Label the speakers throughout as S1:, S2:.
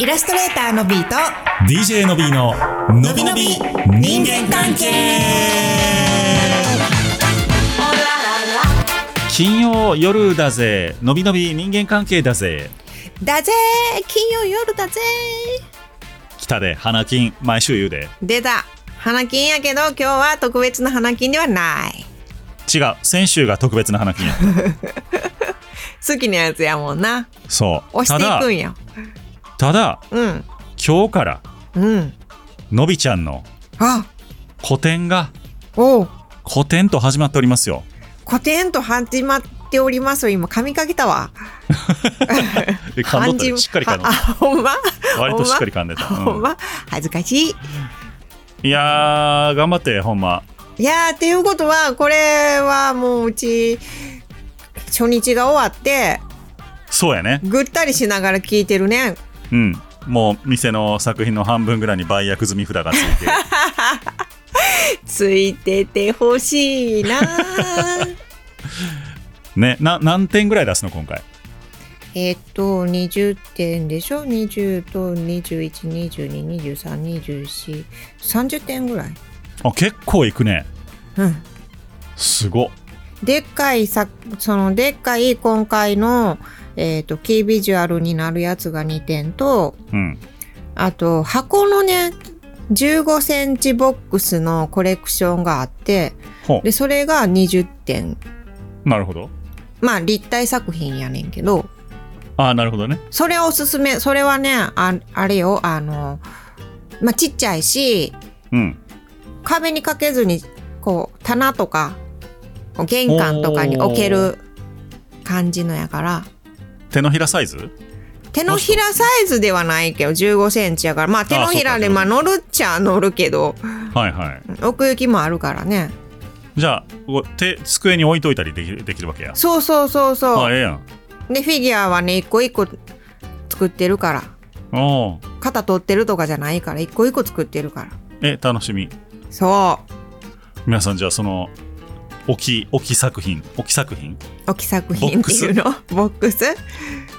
S1: イラストレーターのビーと
S2: DJ のびーののびのび人間関係金曜夜だぜのびのび人間関係だぜ
S1: だぜー金曜夜だぜ
S2: 北で花金毎週言うで
S1: ー出た花金やけど今日は特別な花金ではない
S2: 違う先週が特別な花金や
S1: 好きなやつやもんな
S2: そう
S1: 押して
S2: た
S1: い
S2: だ
S1: くんや
S2: ただ
S1: うん
S2: 今日から
S1: うん
S2: のびちゃんの
S1: あ
S2: 個展が
S1: おう
S2: 個展と始まっておりますよ
S1: 古典と始まっておりますよ今髪かけたわ
S2: え噛んどった
S1: 感
S2: ね
S1: じ
S2: しっかり噛んど
S1: あ
S2: っ
S1: あほんま
S2: た割としっかり噛んでた、
S1: ほ
S2: うんん
S1: ま恥ずかしい
S2: いやー頑張ってほんま
S1: いやーっていうことはこれはもううち初日が終わって
S2: そうやね
S1: ぐったりしながら聞いてるね
S2: うん、もう店の作品の半分ぐらいに売約済み札がついて
S1: ついててほしいなー
S2: ねな何点ぐらい出すの今回
S1: えっと20点でしょ20と2122232430点ぐらい
S2: あ結構いくね
S1: うん
S2: すごっ
S1: でっかいさそのでっかい今回のえっとキービジュアルになるやつが2点と
S2: うん
S1: あと箱のね15センチボックスのコレクションがあって
S2: ほ
S1: でそれが20点
S2: うなるほど
S1: まあ立体作品やねんけど
S2: あなるほどね
S1: それおすすめそれはねああれよあのまあちっちゃいし
S2: うん
S1: 壁にかけずにこう棚とかこう玄関とかに置ける感じのやから
S2: 手のひらサイズ
S1: 手のひらサイズではないけど15センチやからまあ手のひらで
S2: そう
S1: ま
S2: か
S1: あ乗るっちゃ乗るけど
S2: はいはい
S1: 奥行きもあるからね
S2: じゃあここ手机に置いといたりできるできるわけや
S1: そうそうそうそう
S2: あええやん
S1: でフィギュアはね一個一個作ってるから
S2: おー
S1: 肩取ってるとかじゃないから一個一個作ってるから
S2: え楽しみ
S1: そう
S2: 皆さんじゃあその置き置き作品置き作品、
S1: 置き作品っていうのボックス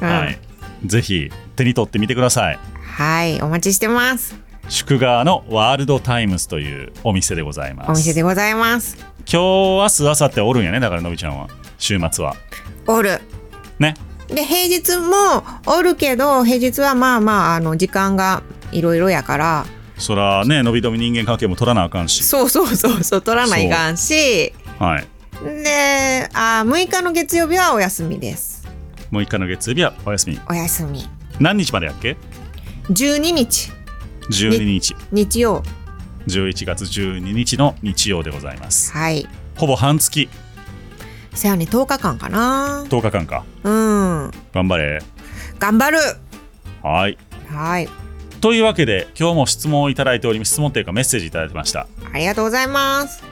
S1: うん
S2: はいぜひ手に取ってみてください
S1: はいお待ちしてます
S2: 宿川のワールドタイムズというお店でございます
S1: お店でございます
S2: 今日明日明後日おるんやねだからのびちゃんは週末は
S1: おる
S2: ね
S1: で平日もおるけど平日はまあまああの時間がいろいろやから
S2: そらねのびのび人間関係も取らなあかんし
S1: そうそうそうそう取らないかんし
S2: はい
S1: であ6日の月曜日はお休みです
S2: 6日の月曜日はお休み
S1: お休み
S2: 何日までやっけ
S1: 12日
S2: 12日
S1: 日曜
S2: 11月12日の日曜でございます
S1: はい
S2: ほぼ半月
S1: せやね10日間かな
S2: 10日間か
S1: うん
S2: 頑張れ
S1: 頑張る
S2: はい
S1: はい
S2: というわけで今日も質問をいただいております質問というかメッセージいただいてました
S1: ありがとうございます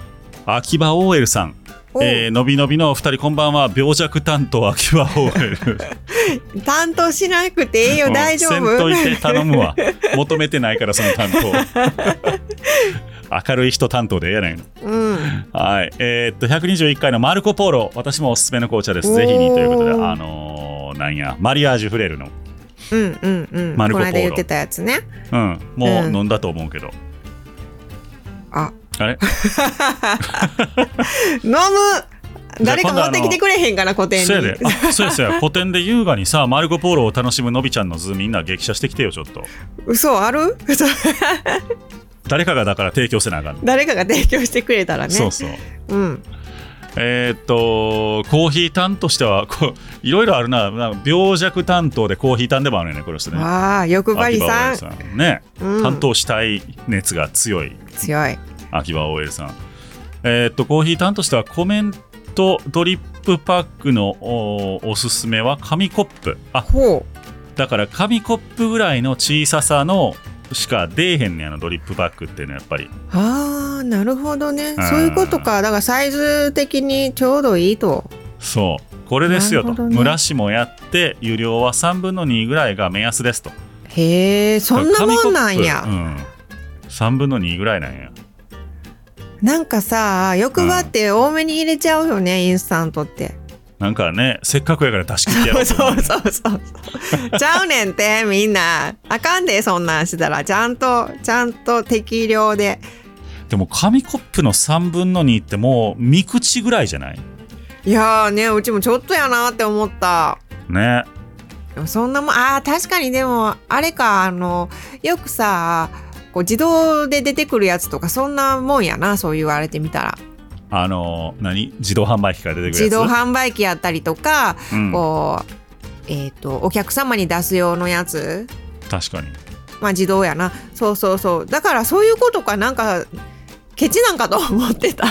S2: 秋葉 OL さん
S1: おう
S2: えー、のびのびのお二人こんばんは病弱担当秋葉 OL
S1: 担当しなくていいよ大丈
S2: せん
S1: 夫
S2: といて頼むわ。 求めてないから、その担当。明るい人担当でええやないの。
S1: うん
S2: はい。えーっと、121回のマルコ・ポーロ、私もおすすめの紅茶です。ぜひに
S1: おー
S2: ということで、あのーなんや、マリアージュフレールの。
S1: うんうんうん
S2: マルコ
S1: この間
S2: ポー
S1: 言
S2: ロ
S1: ってたやつね
S2: うん、もう
S1: うん
S2: 飲んだと思うけど。
S1: あ
S2: あれ
S1: 飲む誰か持ってきてくれへんかな古典
S2: そうやで
S1: に。
S2: あ、そうやそうや。古典で優雅にさ、マルコ・ポーロを楽しむのびちゃんの図、みんな激写してきてよ、ちょっと。
S1: 嘘ある 嘘
S2: 誰かがだから提供せなあかんの。
S1: 誰かが提供してくれたらね
S2: そうそう。
S1: うん
S2: えーっとコーヒータンとしては こういろいろあるななんか病弱担当でコーヒータンでもあるよねこれですね。
S1: ああ欲張りさん
S2: 秋葉 OL さんね、
S1: うん
S2: 担当したい熱が強い
S1: 強い
S2: 秋葉 OL さん。えーっとコーヒータンとしてはコメントドリップパックのおおすすめは紙コップあ
S1: ほ
S2: だから紙コップぐらいの小ささのしか出えへんねんあのドリップパックっていうのはやっぱり
S1: うああなるほどね
S2: うん
S1: そういうことかだからサイズ的にちょうどいいと
S2: そうこれですよ
S1: なるほ
S2: と、
S1: どね
S2: 蒸らしもやって湯量は3分の2ぐらいが目安ですと。
S1: へえそんなもんなん
S2: 紙コ
S1: や、
S2: ップうん、3分の2ぐらいなんや
S1: なんかさ欲張って多めに入れちゃうよね、インスタントって
S2: なんかね、せっかくやから出し切ってやろ うと
S1: そ
S2: 思う
S1: うそうそうそう。ちゃうねんって、みんな。あかんで、そんなんしたら。ちゃんと、ちゃんと適量で。
S2: でも紙コップの3分の2ってもう3口ぐらいじゃない
S1: いやーね、うちもちょっとやなって思った。
S2: ね。
S1: でもそんなもん、ああ、確かにでも、あれか、あの、よくさ、こう自動で出てくるやつとか、そんなもんやな、そう言われてみたら。
S2: あの、何自動販売機から出てくるやつ
S1: 自動販売機やったりとか、
S2: うん
S1: こう、えっ、と、お客様に出す用のやつ。
S2: 確かに。
S1: まあ自動やな。そうそうそう。だからそういうことか、なんか、ケチなんかと思ってた。
S2: い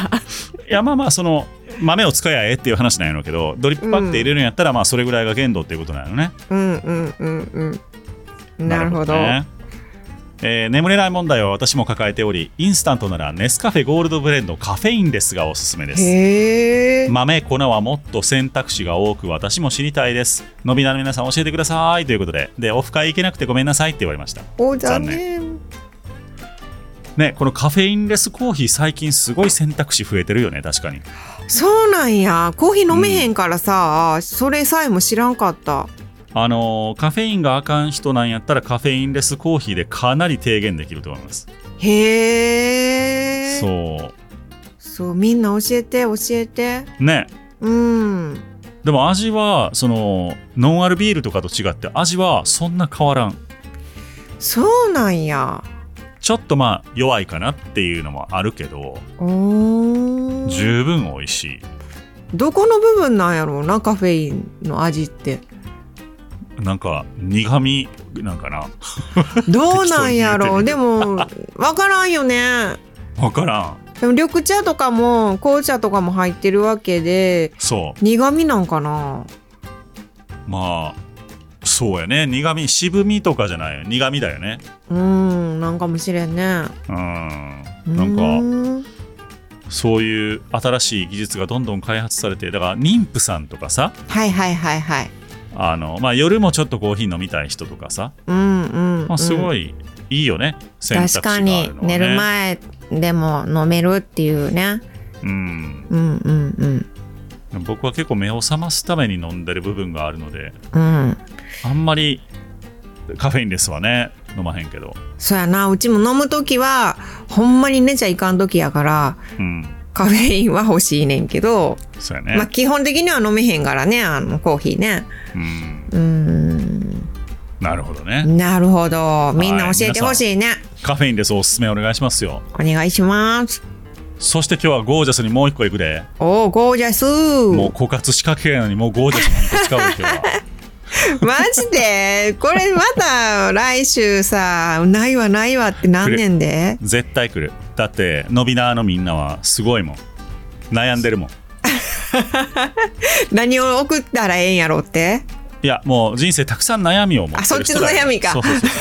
S2: やまあまあその豆を使えやえっていう話なんやろうけどドリップパックで入れるんやったらまあそれぐらいが限度っていうことなのね。
S1: うんうんうんうん。なるほど。
S2: ねえー眠れない問題は私も抱えておりインスタントならネスカフェゴールドブレンドカフェインレスがおすすめです。
S1: へえ。
S2: 豆粉はもっと選択肢が多く私も知りたいです伸びなの皆さん教えてくださいということででオフ会行けなくてごめんなさいって言われました
S1: お残念。
S2: ねこのカフェインレスコーヒー最近すごい選択肢増えてるよね確かに
S1: そうなんや。コーヒー飲めへんからさ、それさえも知らんかった。
S2: あのーカフェインがあかん人なんやったらカフェインレスコーヒーでかなり低減できると思います
S1: へえ。そう。
S2: そ
S1: みんな教えて教えて。
S2: うね
S1: うん。
S2: でも味はそのノンアルビールとかと違って味はそんな変わらん
S1: そうなんや。
S2: ちょっとまあ弱いかなっていうのもあるけど
S1: おー
S2: 十分美味しい
S1: どこの部分なんやろうなカフェインの味って
S2: なんか苦味なんかな
S1: どうなんやろう
S2: 適当に言うて
S1: でもわからんよね
S2: 分からん
S1: でも緑茶とかも紅茶とかも入ってるわけで
S2: そ
S1: 苦味なんかな
S2: うまあそうやね苦味渋みとかじゃないよ苦味だよね
S1: うんなんかもしれんねな
S2: うんなんかそういう新しい技術がどんどん開発されてだから妊婦さんとかさ
S1: はいはいはいはい
S2: あの、まあ、夜もちょっとコーヒー飲みたい人とかさ、
S1: うんうん、うん
S2: まあ、すごいいいよね、選択肢
S1: 確
S2: があ
S1: か
S2: るのはね
S1: に寝る前でも飲めるっていうね
S2: うん、
S1: うんうん
S2: 僕は結構目を覚ますために飲んでる部分があるので
S1: うんうん
S2: あんまりカフェインレスはね飲まへんけど、
S1: そやなうちも飲む時はほんまに寝ちゃいかん時やから
S2: うん、
S1: カフェインは欲しいねんけど、
S2: そうやね、
S1: まあ、基本的には飲めへんからねあのコーヒーね
S2: うん、
S1: うーん
S2: なるほどね、
S1: なるほどみんな
S2: はい
S1: 教えてほしいね、
S2: カフェインレスおすすめお願いしますよ
S1: お願いします
S2: そして今日はゴージャスにもう一個いくで、
S1: おおゴージャス
S2: もう枯渇しかけないのにもうゴージャスに個使うよ今日は
S1: マジでこれまた来週さないわないわってなんねんで
S2: 絶対来るだって伸びなーのみんなはすごいもん悩んでるもん
S1: 何を送ったらええんやろって
S2: いやもう人生たくさん悩みを持ってる人だ
S1: あそっちの悩みか
S2: そうそうそうそう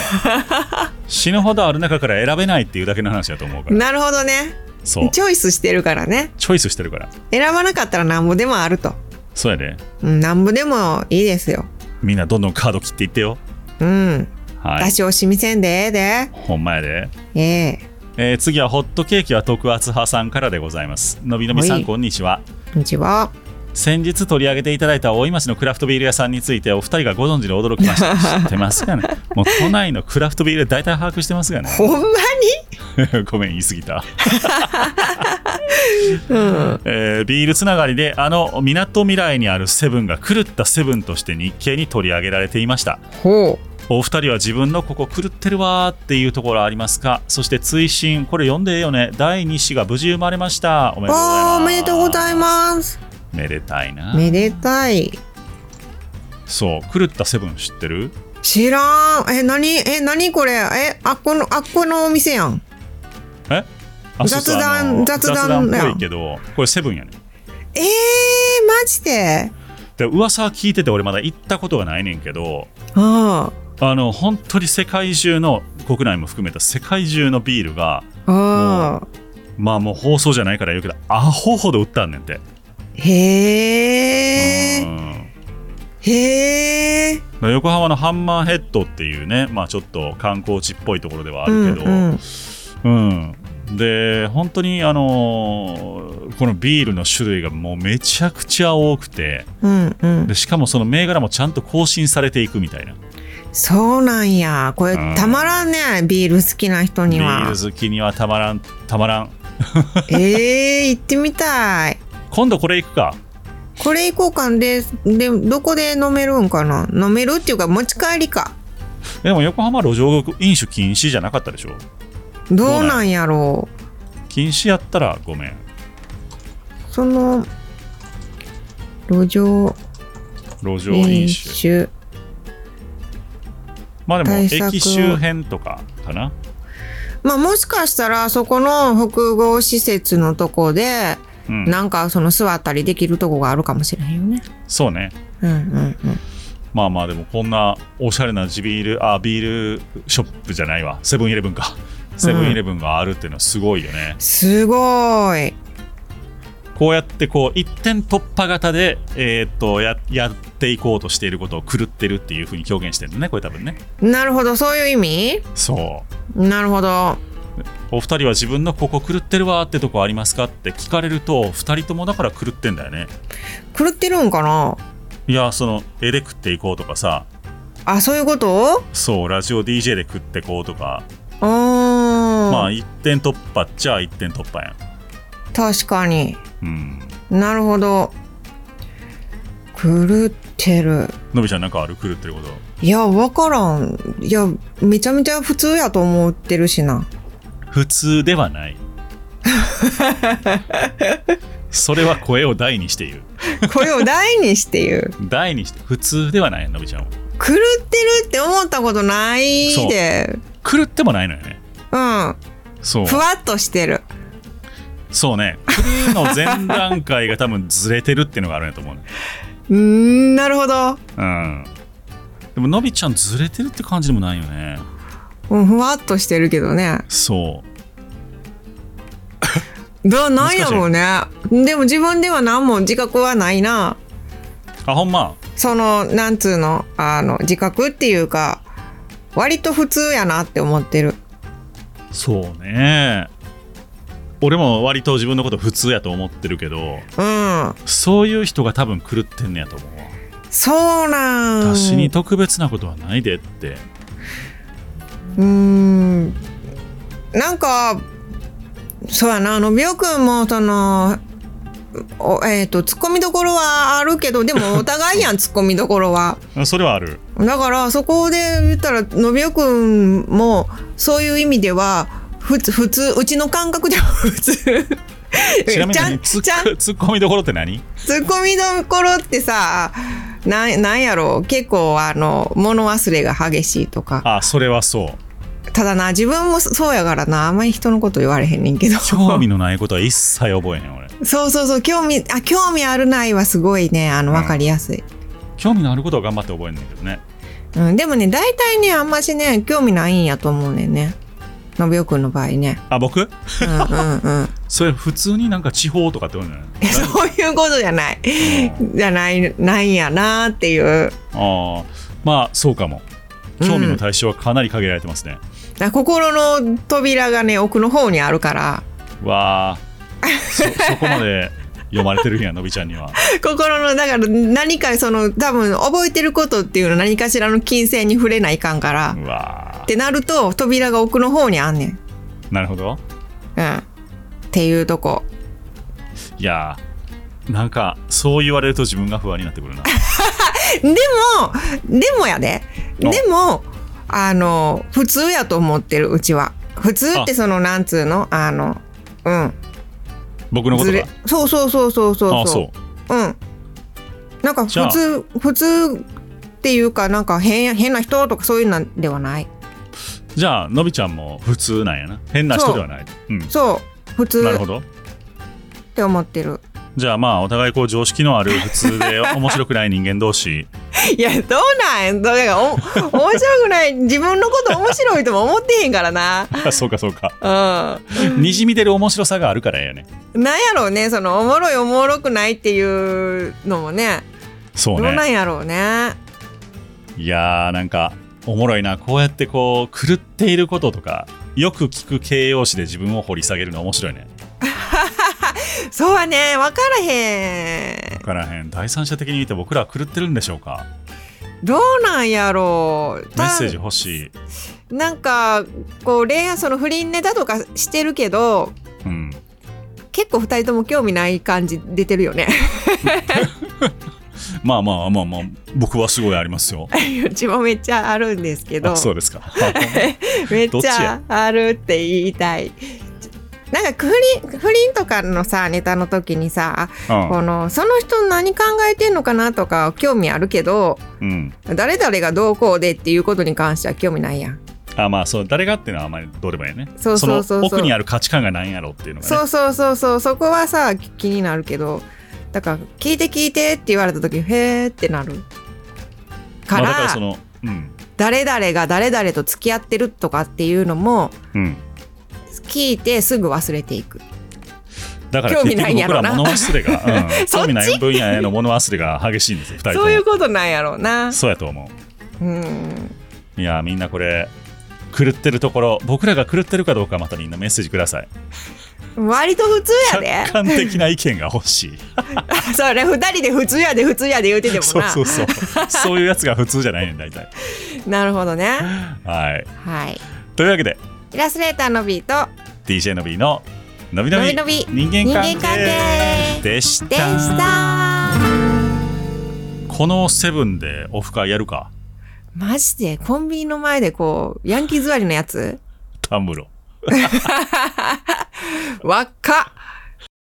S2: 死ぬほどある中から選べないっていうだけの話だと思うから
S1: なるほどね
S2: そう
S1: チョイスしてるからね
S2: チョイスしてるから
S1: 選ばなかったらなんぼでもあると、
S2: そうやで
S1: うん、なんぼでもいいですよ
S2: みんなどんどんカード切っていってよ
S1: うん、
S2: はい
S1: 私をしみせんでええで
S2: ほんまやで
S1: ええ
S2: えー次はホットケーキは特厚派さんからでございますのびのびさ
S1: は
S2: ん
S1: い
S2: こんにちは
S1: こんにちは
S2: 先日取り上げていただいた大井町のクラフトビール屋さんについてお二人がご存知で驚きました知ってますかね もう都内のクラフトビール大体把握してますがね
S1: ほんまに、
S2: ごめん言い過ぎた
S1: うん、
S2: えービールつながりであのみなとみらいにあるセブンが狂ったセブンとして日経に取り上げられていました
S1: ほ
S2: お二人は自分のここ狂ってるわーっていうところありますかそして追伸これ読んでええよね第2子が無事生まれましたおめ
S1: う
S2: でとうございま
S1: わあ
S2: す
S1: おめでとうございます
S2: すめでたいな
S1: めでたい
S2: そう狂ったセブン知ってる
S1: 知らんえ何え何これえあっこのあっこのお店やん
S2: えあそうそう
S1: 雑談
S2: あの
S1: 雑談だ
S2: 雑談っ
S1: よ
S2: ぽいけどこれセブンやね
S1: えー、マジで
S2: で噂は聞いてて俺まだ行ったことがないねんけど
S1: あ
S2: あの本当に世界中の国内も含めた世界中のビールが
S1: あああ
S2: まあもう放送じゃないから言うけどアホほど売ったんねんて、
S1: へ
S2: う
S1: え
S2: ん
S1: へえ
S2: まあ横浜のハンマーヘッドっていうね、まあ、ちょっと観光地っぽいところではあるけど、うん
S1: うん、
S2: で本当にあのーこのビールの種類がもうめちゃくちゃ多くて
S1: うんうん
S2: でしかもその銘柄もちゃんと更新されていくみたいな
S1: そうなんやこれ
S2: うん
S1: たまらんねビール好きな人に
S2: ビ
S1: は
S2: ール好きにはたまらんたまらん
S1: えー、行ってみたい
S2: 今度これ行くか
S1: これ行こうかででどこで飲めるんかな飲めるっていうか持ち帰りか
S2: でも横浜路上飲酒禁止じゃなかったでしょ
S1: どうなんやろう
S2: 禁止やったらごめん
S1: その路上
S2: 路上飲
S1: 飲
S2: 酒
S1: 酒
S2: まあでも
S1: 対策を
S2: 駅周辺とかかな
S1: まあもしかしたらそこの複合施設のとこで
S2: うん
S1: なんかその座ったりできるとこがあるかもしれへんよね
S2: そうね
S1: うんうんうん
S2: まあまあでもこんなおしゃれな地ビールあビールショップじゃないわセブンイレブンかセブンイレブンがあるっていうのはすごいよね、
S1: すごい
S2: こうやってこう一点突破型で、えーっとややっていこうとしていることを狂ってるっていうふうに表現してるのねこれ多分ね
S1: なるほどそういう意味
S2: そう
S1: なるほど
S2: お二人は自分のここ狂ってるわーってとこありますかって聞かれると二人ともだから狂ってんだよね
S1: 狂ってるんかない
S2: やその絵で食っていこうとかさ
S1: あそういうこと
S2: そうラジオ DJ で食ってこうとか
S1: あー、
S2: まあ一点突破っちゃ一点突破やん
S1: 確かに
S2: うん
S1: なるほど狂ってる
S2: のびちゃんなんかある狂ってること
S1: いやわからんいやめちゃめちゃ普通やと思ってるし な
S2: 普通で はないそれは声を大にしている
S1: これを大にして言う
S2: 大にして普通ではないのびちゃんは
S1: 狂ってるって思ったことないで
S2: 狂ってもないのよね
S1: うん
S2: そう
S1: ふわっとしてる
S2: そうね狂うの前段階が多分ずれてるっていうのがあるんやと思うね
S1: うーんなるほど、
S2: うんでものびちゃんずれてるって感じでもないよね
S1: うん、ふわっとしてるけどね
S2: そう
S1: どなんやろうねでも自分では何も自覚はないな
S2: あほんま
S1: そのなんつうのあの自覚っていうか割と普通やなって思ってる
S2: そうね俺も割と自分のこと普通やと思ってるけど
S1: うん
S2: そういう人が多分狂ってんねやと思うわ
S1: そうなん
S2: 私に特別なことはないでって
S1: うーんなんかそうやなあの美くんもそのおえっ、とツッコミどころはあるけどで もお互いやんツッコミどころは
S2: あそれはある
S1: だからそこで言ったらのびおくんもそういう意味ではふつ普通うちの感覚では普通
S2: ちなみ
S1: ちゃ
S2: に
S1: ん
S2: ツ
S1: ちゃん
S2: ッコツッコミどころって何
S1: ツッコミどころってさなんなんやろう結構あの物忘れが激しいとか
S2: あそれはそう
S1: ただな自分もそそうやからなあんまり人のこと言われへんねんけど
S2: 興味のないことは一切覚えへん俺
S1: そうそうそう興味あ興味あるないはすごいねあの
S2: うん
S1: 分かりやすい、
S2: 興味のあることは頑張って覚えんねんけどね
S1: うん、でもね大体ねあんましね興味ないんやと思うねんねのびおくんの場合ね
S2: あ僕
S1: うんうんうん
S2: それ普通になんか地方とかってことじゃない
S1: えそういうことじゃない じゃないないんやなっていう
S2: ああまあそうかも興味の対象はかなり限られてますね、
S1: な心の扉がね奥の方にあるから
S2: わあ そそこまで読まれてるんやのびちゃんには
S1: 心のだから何かその多分覚えてることっていうの何かしらの金銭に触れないかんから、
S2: う
S1: っ
S2: わあ
S1: てなると扉が奥の方にあんねん、
S2: なるほど
S1: うん、っていうとこ
S2: いやーなんかそう言われると自分が不安になってくるな
S1: でもでもやで
S2: お
S1: でもあの普通やと思ってるうちは普通ってそのなんつうのあのうん
S2: 僕のこと
S1: ず
S2: が
S1: れそうそうそうそうそう
S2: ああそう
S1: うん。なんか
S2: じゃ
S1: 普
S2: あ
S1: 通普通っていうかなんか変や変な人とかそういうのではない。
S2: じゃあのびちゃんも普通なんやな変な人ではないうん
S1: そう普通
S2: なるほ
S1: っ
S2: ど
S1: て思ってる。
S2: じゃあまあお互いこう常識のある普通で面白くない人間同士
S1: いやどうなんだからお面白くない自分のこと面白いとも思ってへんからな。
S2: あそうかそうか
S1: う
S2: にじみ出る面白さがあるからやね
S1: ん。なんやろうねそのおもろいおもろくないっていうのもね
S2: そう
S1: どうな
S2: ね
S1: んやろうね。
S2: いやーなんかおもろいなこうやってこう狂っていることとかよく聞く形容詞で自分を掘り下げるの面白いね。
S1: そうはね分からへん
S2: だからへん、第三者的に見て僕らは狂ってるんでしょうか
S1: どうなんやろう
S2: メ
S1: た
S2: ッセージ欲しい。
S1: なんかこう恋愛その不倫ネタとかしてるけど
S2: うん。
S1: 結構二人とも興味ない感じ出てるよね
S2: まあまあまあまあ、僕はすごいありますよ。
S1: うちもめっちゃあるんですけど
S2: あそうですか。
S1: めっ
S2: どっち
S1: ちゃ
S2: や
S1: あるって言いたいなんか不倫不倫とかのさネタの時にさ、
S2: う
S1: このその人何考えてんのかなとか興味あるけど
S2: ん。うん。
S1: 誰々がどうこうでっていうことに関しては興味ないやん
S2: あまあ、そう、誰がっていうのはあまりどうでもいいね。
S1: そうそうそうそう
S2: の奥にある価値観が何やろっていうのがね。
S1: そうそうそうそうそこはさき気になるけどだから「聞いて聞いて」って言われた時「へーってなるから,、
S2: まあ、だからその、うん。
S1: 誰々が誰々と付き合ってるとかっていうのも
S2: うん。
S1: 聞いてすぐ忘れていく
S2: だから
S1: 興味
S2: 結
S1: な
S2: 局
S1: いんや
S2: 僕
S1: ろ
S2: ら
S1: な
S2: 物忘れが、うん、
S1: そっち
S2: 興味ない分野への物忘れが激しいんですよ、二人とも。
S1: そういうことなんやろうな
S2: そうやと思
S1: うん
S2: う。いや、みんなこれ、狂ってるところ、僕らが狂ってるかどうかまたみんなメッセージください。
S1: 割と普通や
S2: 客
S1: で
S2: 観的な意見が欲しい。
S1: それ二人で普通やで普通やで言うててもな
S2: そうそうそう。そういうやつが普通じゃないねん、大体。
S1: なるほどね
S2: はい。
S1: はい
S2: というわけで、
S1: イラストレーターのビーと
S2: DJ のびの、のびのび
S1: のびのび
S2: 人間関
S1: 人間関係
S2: 係でし
S1: でした
S2: た。このセブンでオフ会やるか、
S1: マジでコンビニの前でこうヤンキー座りのやつ
S2: タンブロ。
S1: わっか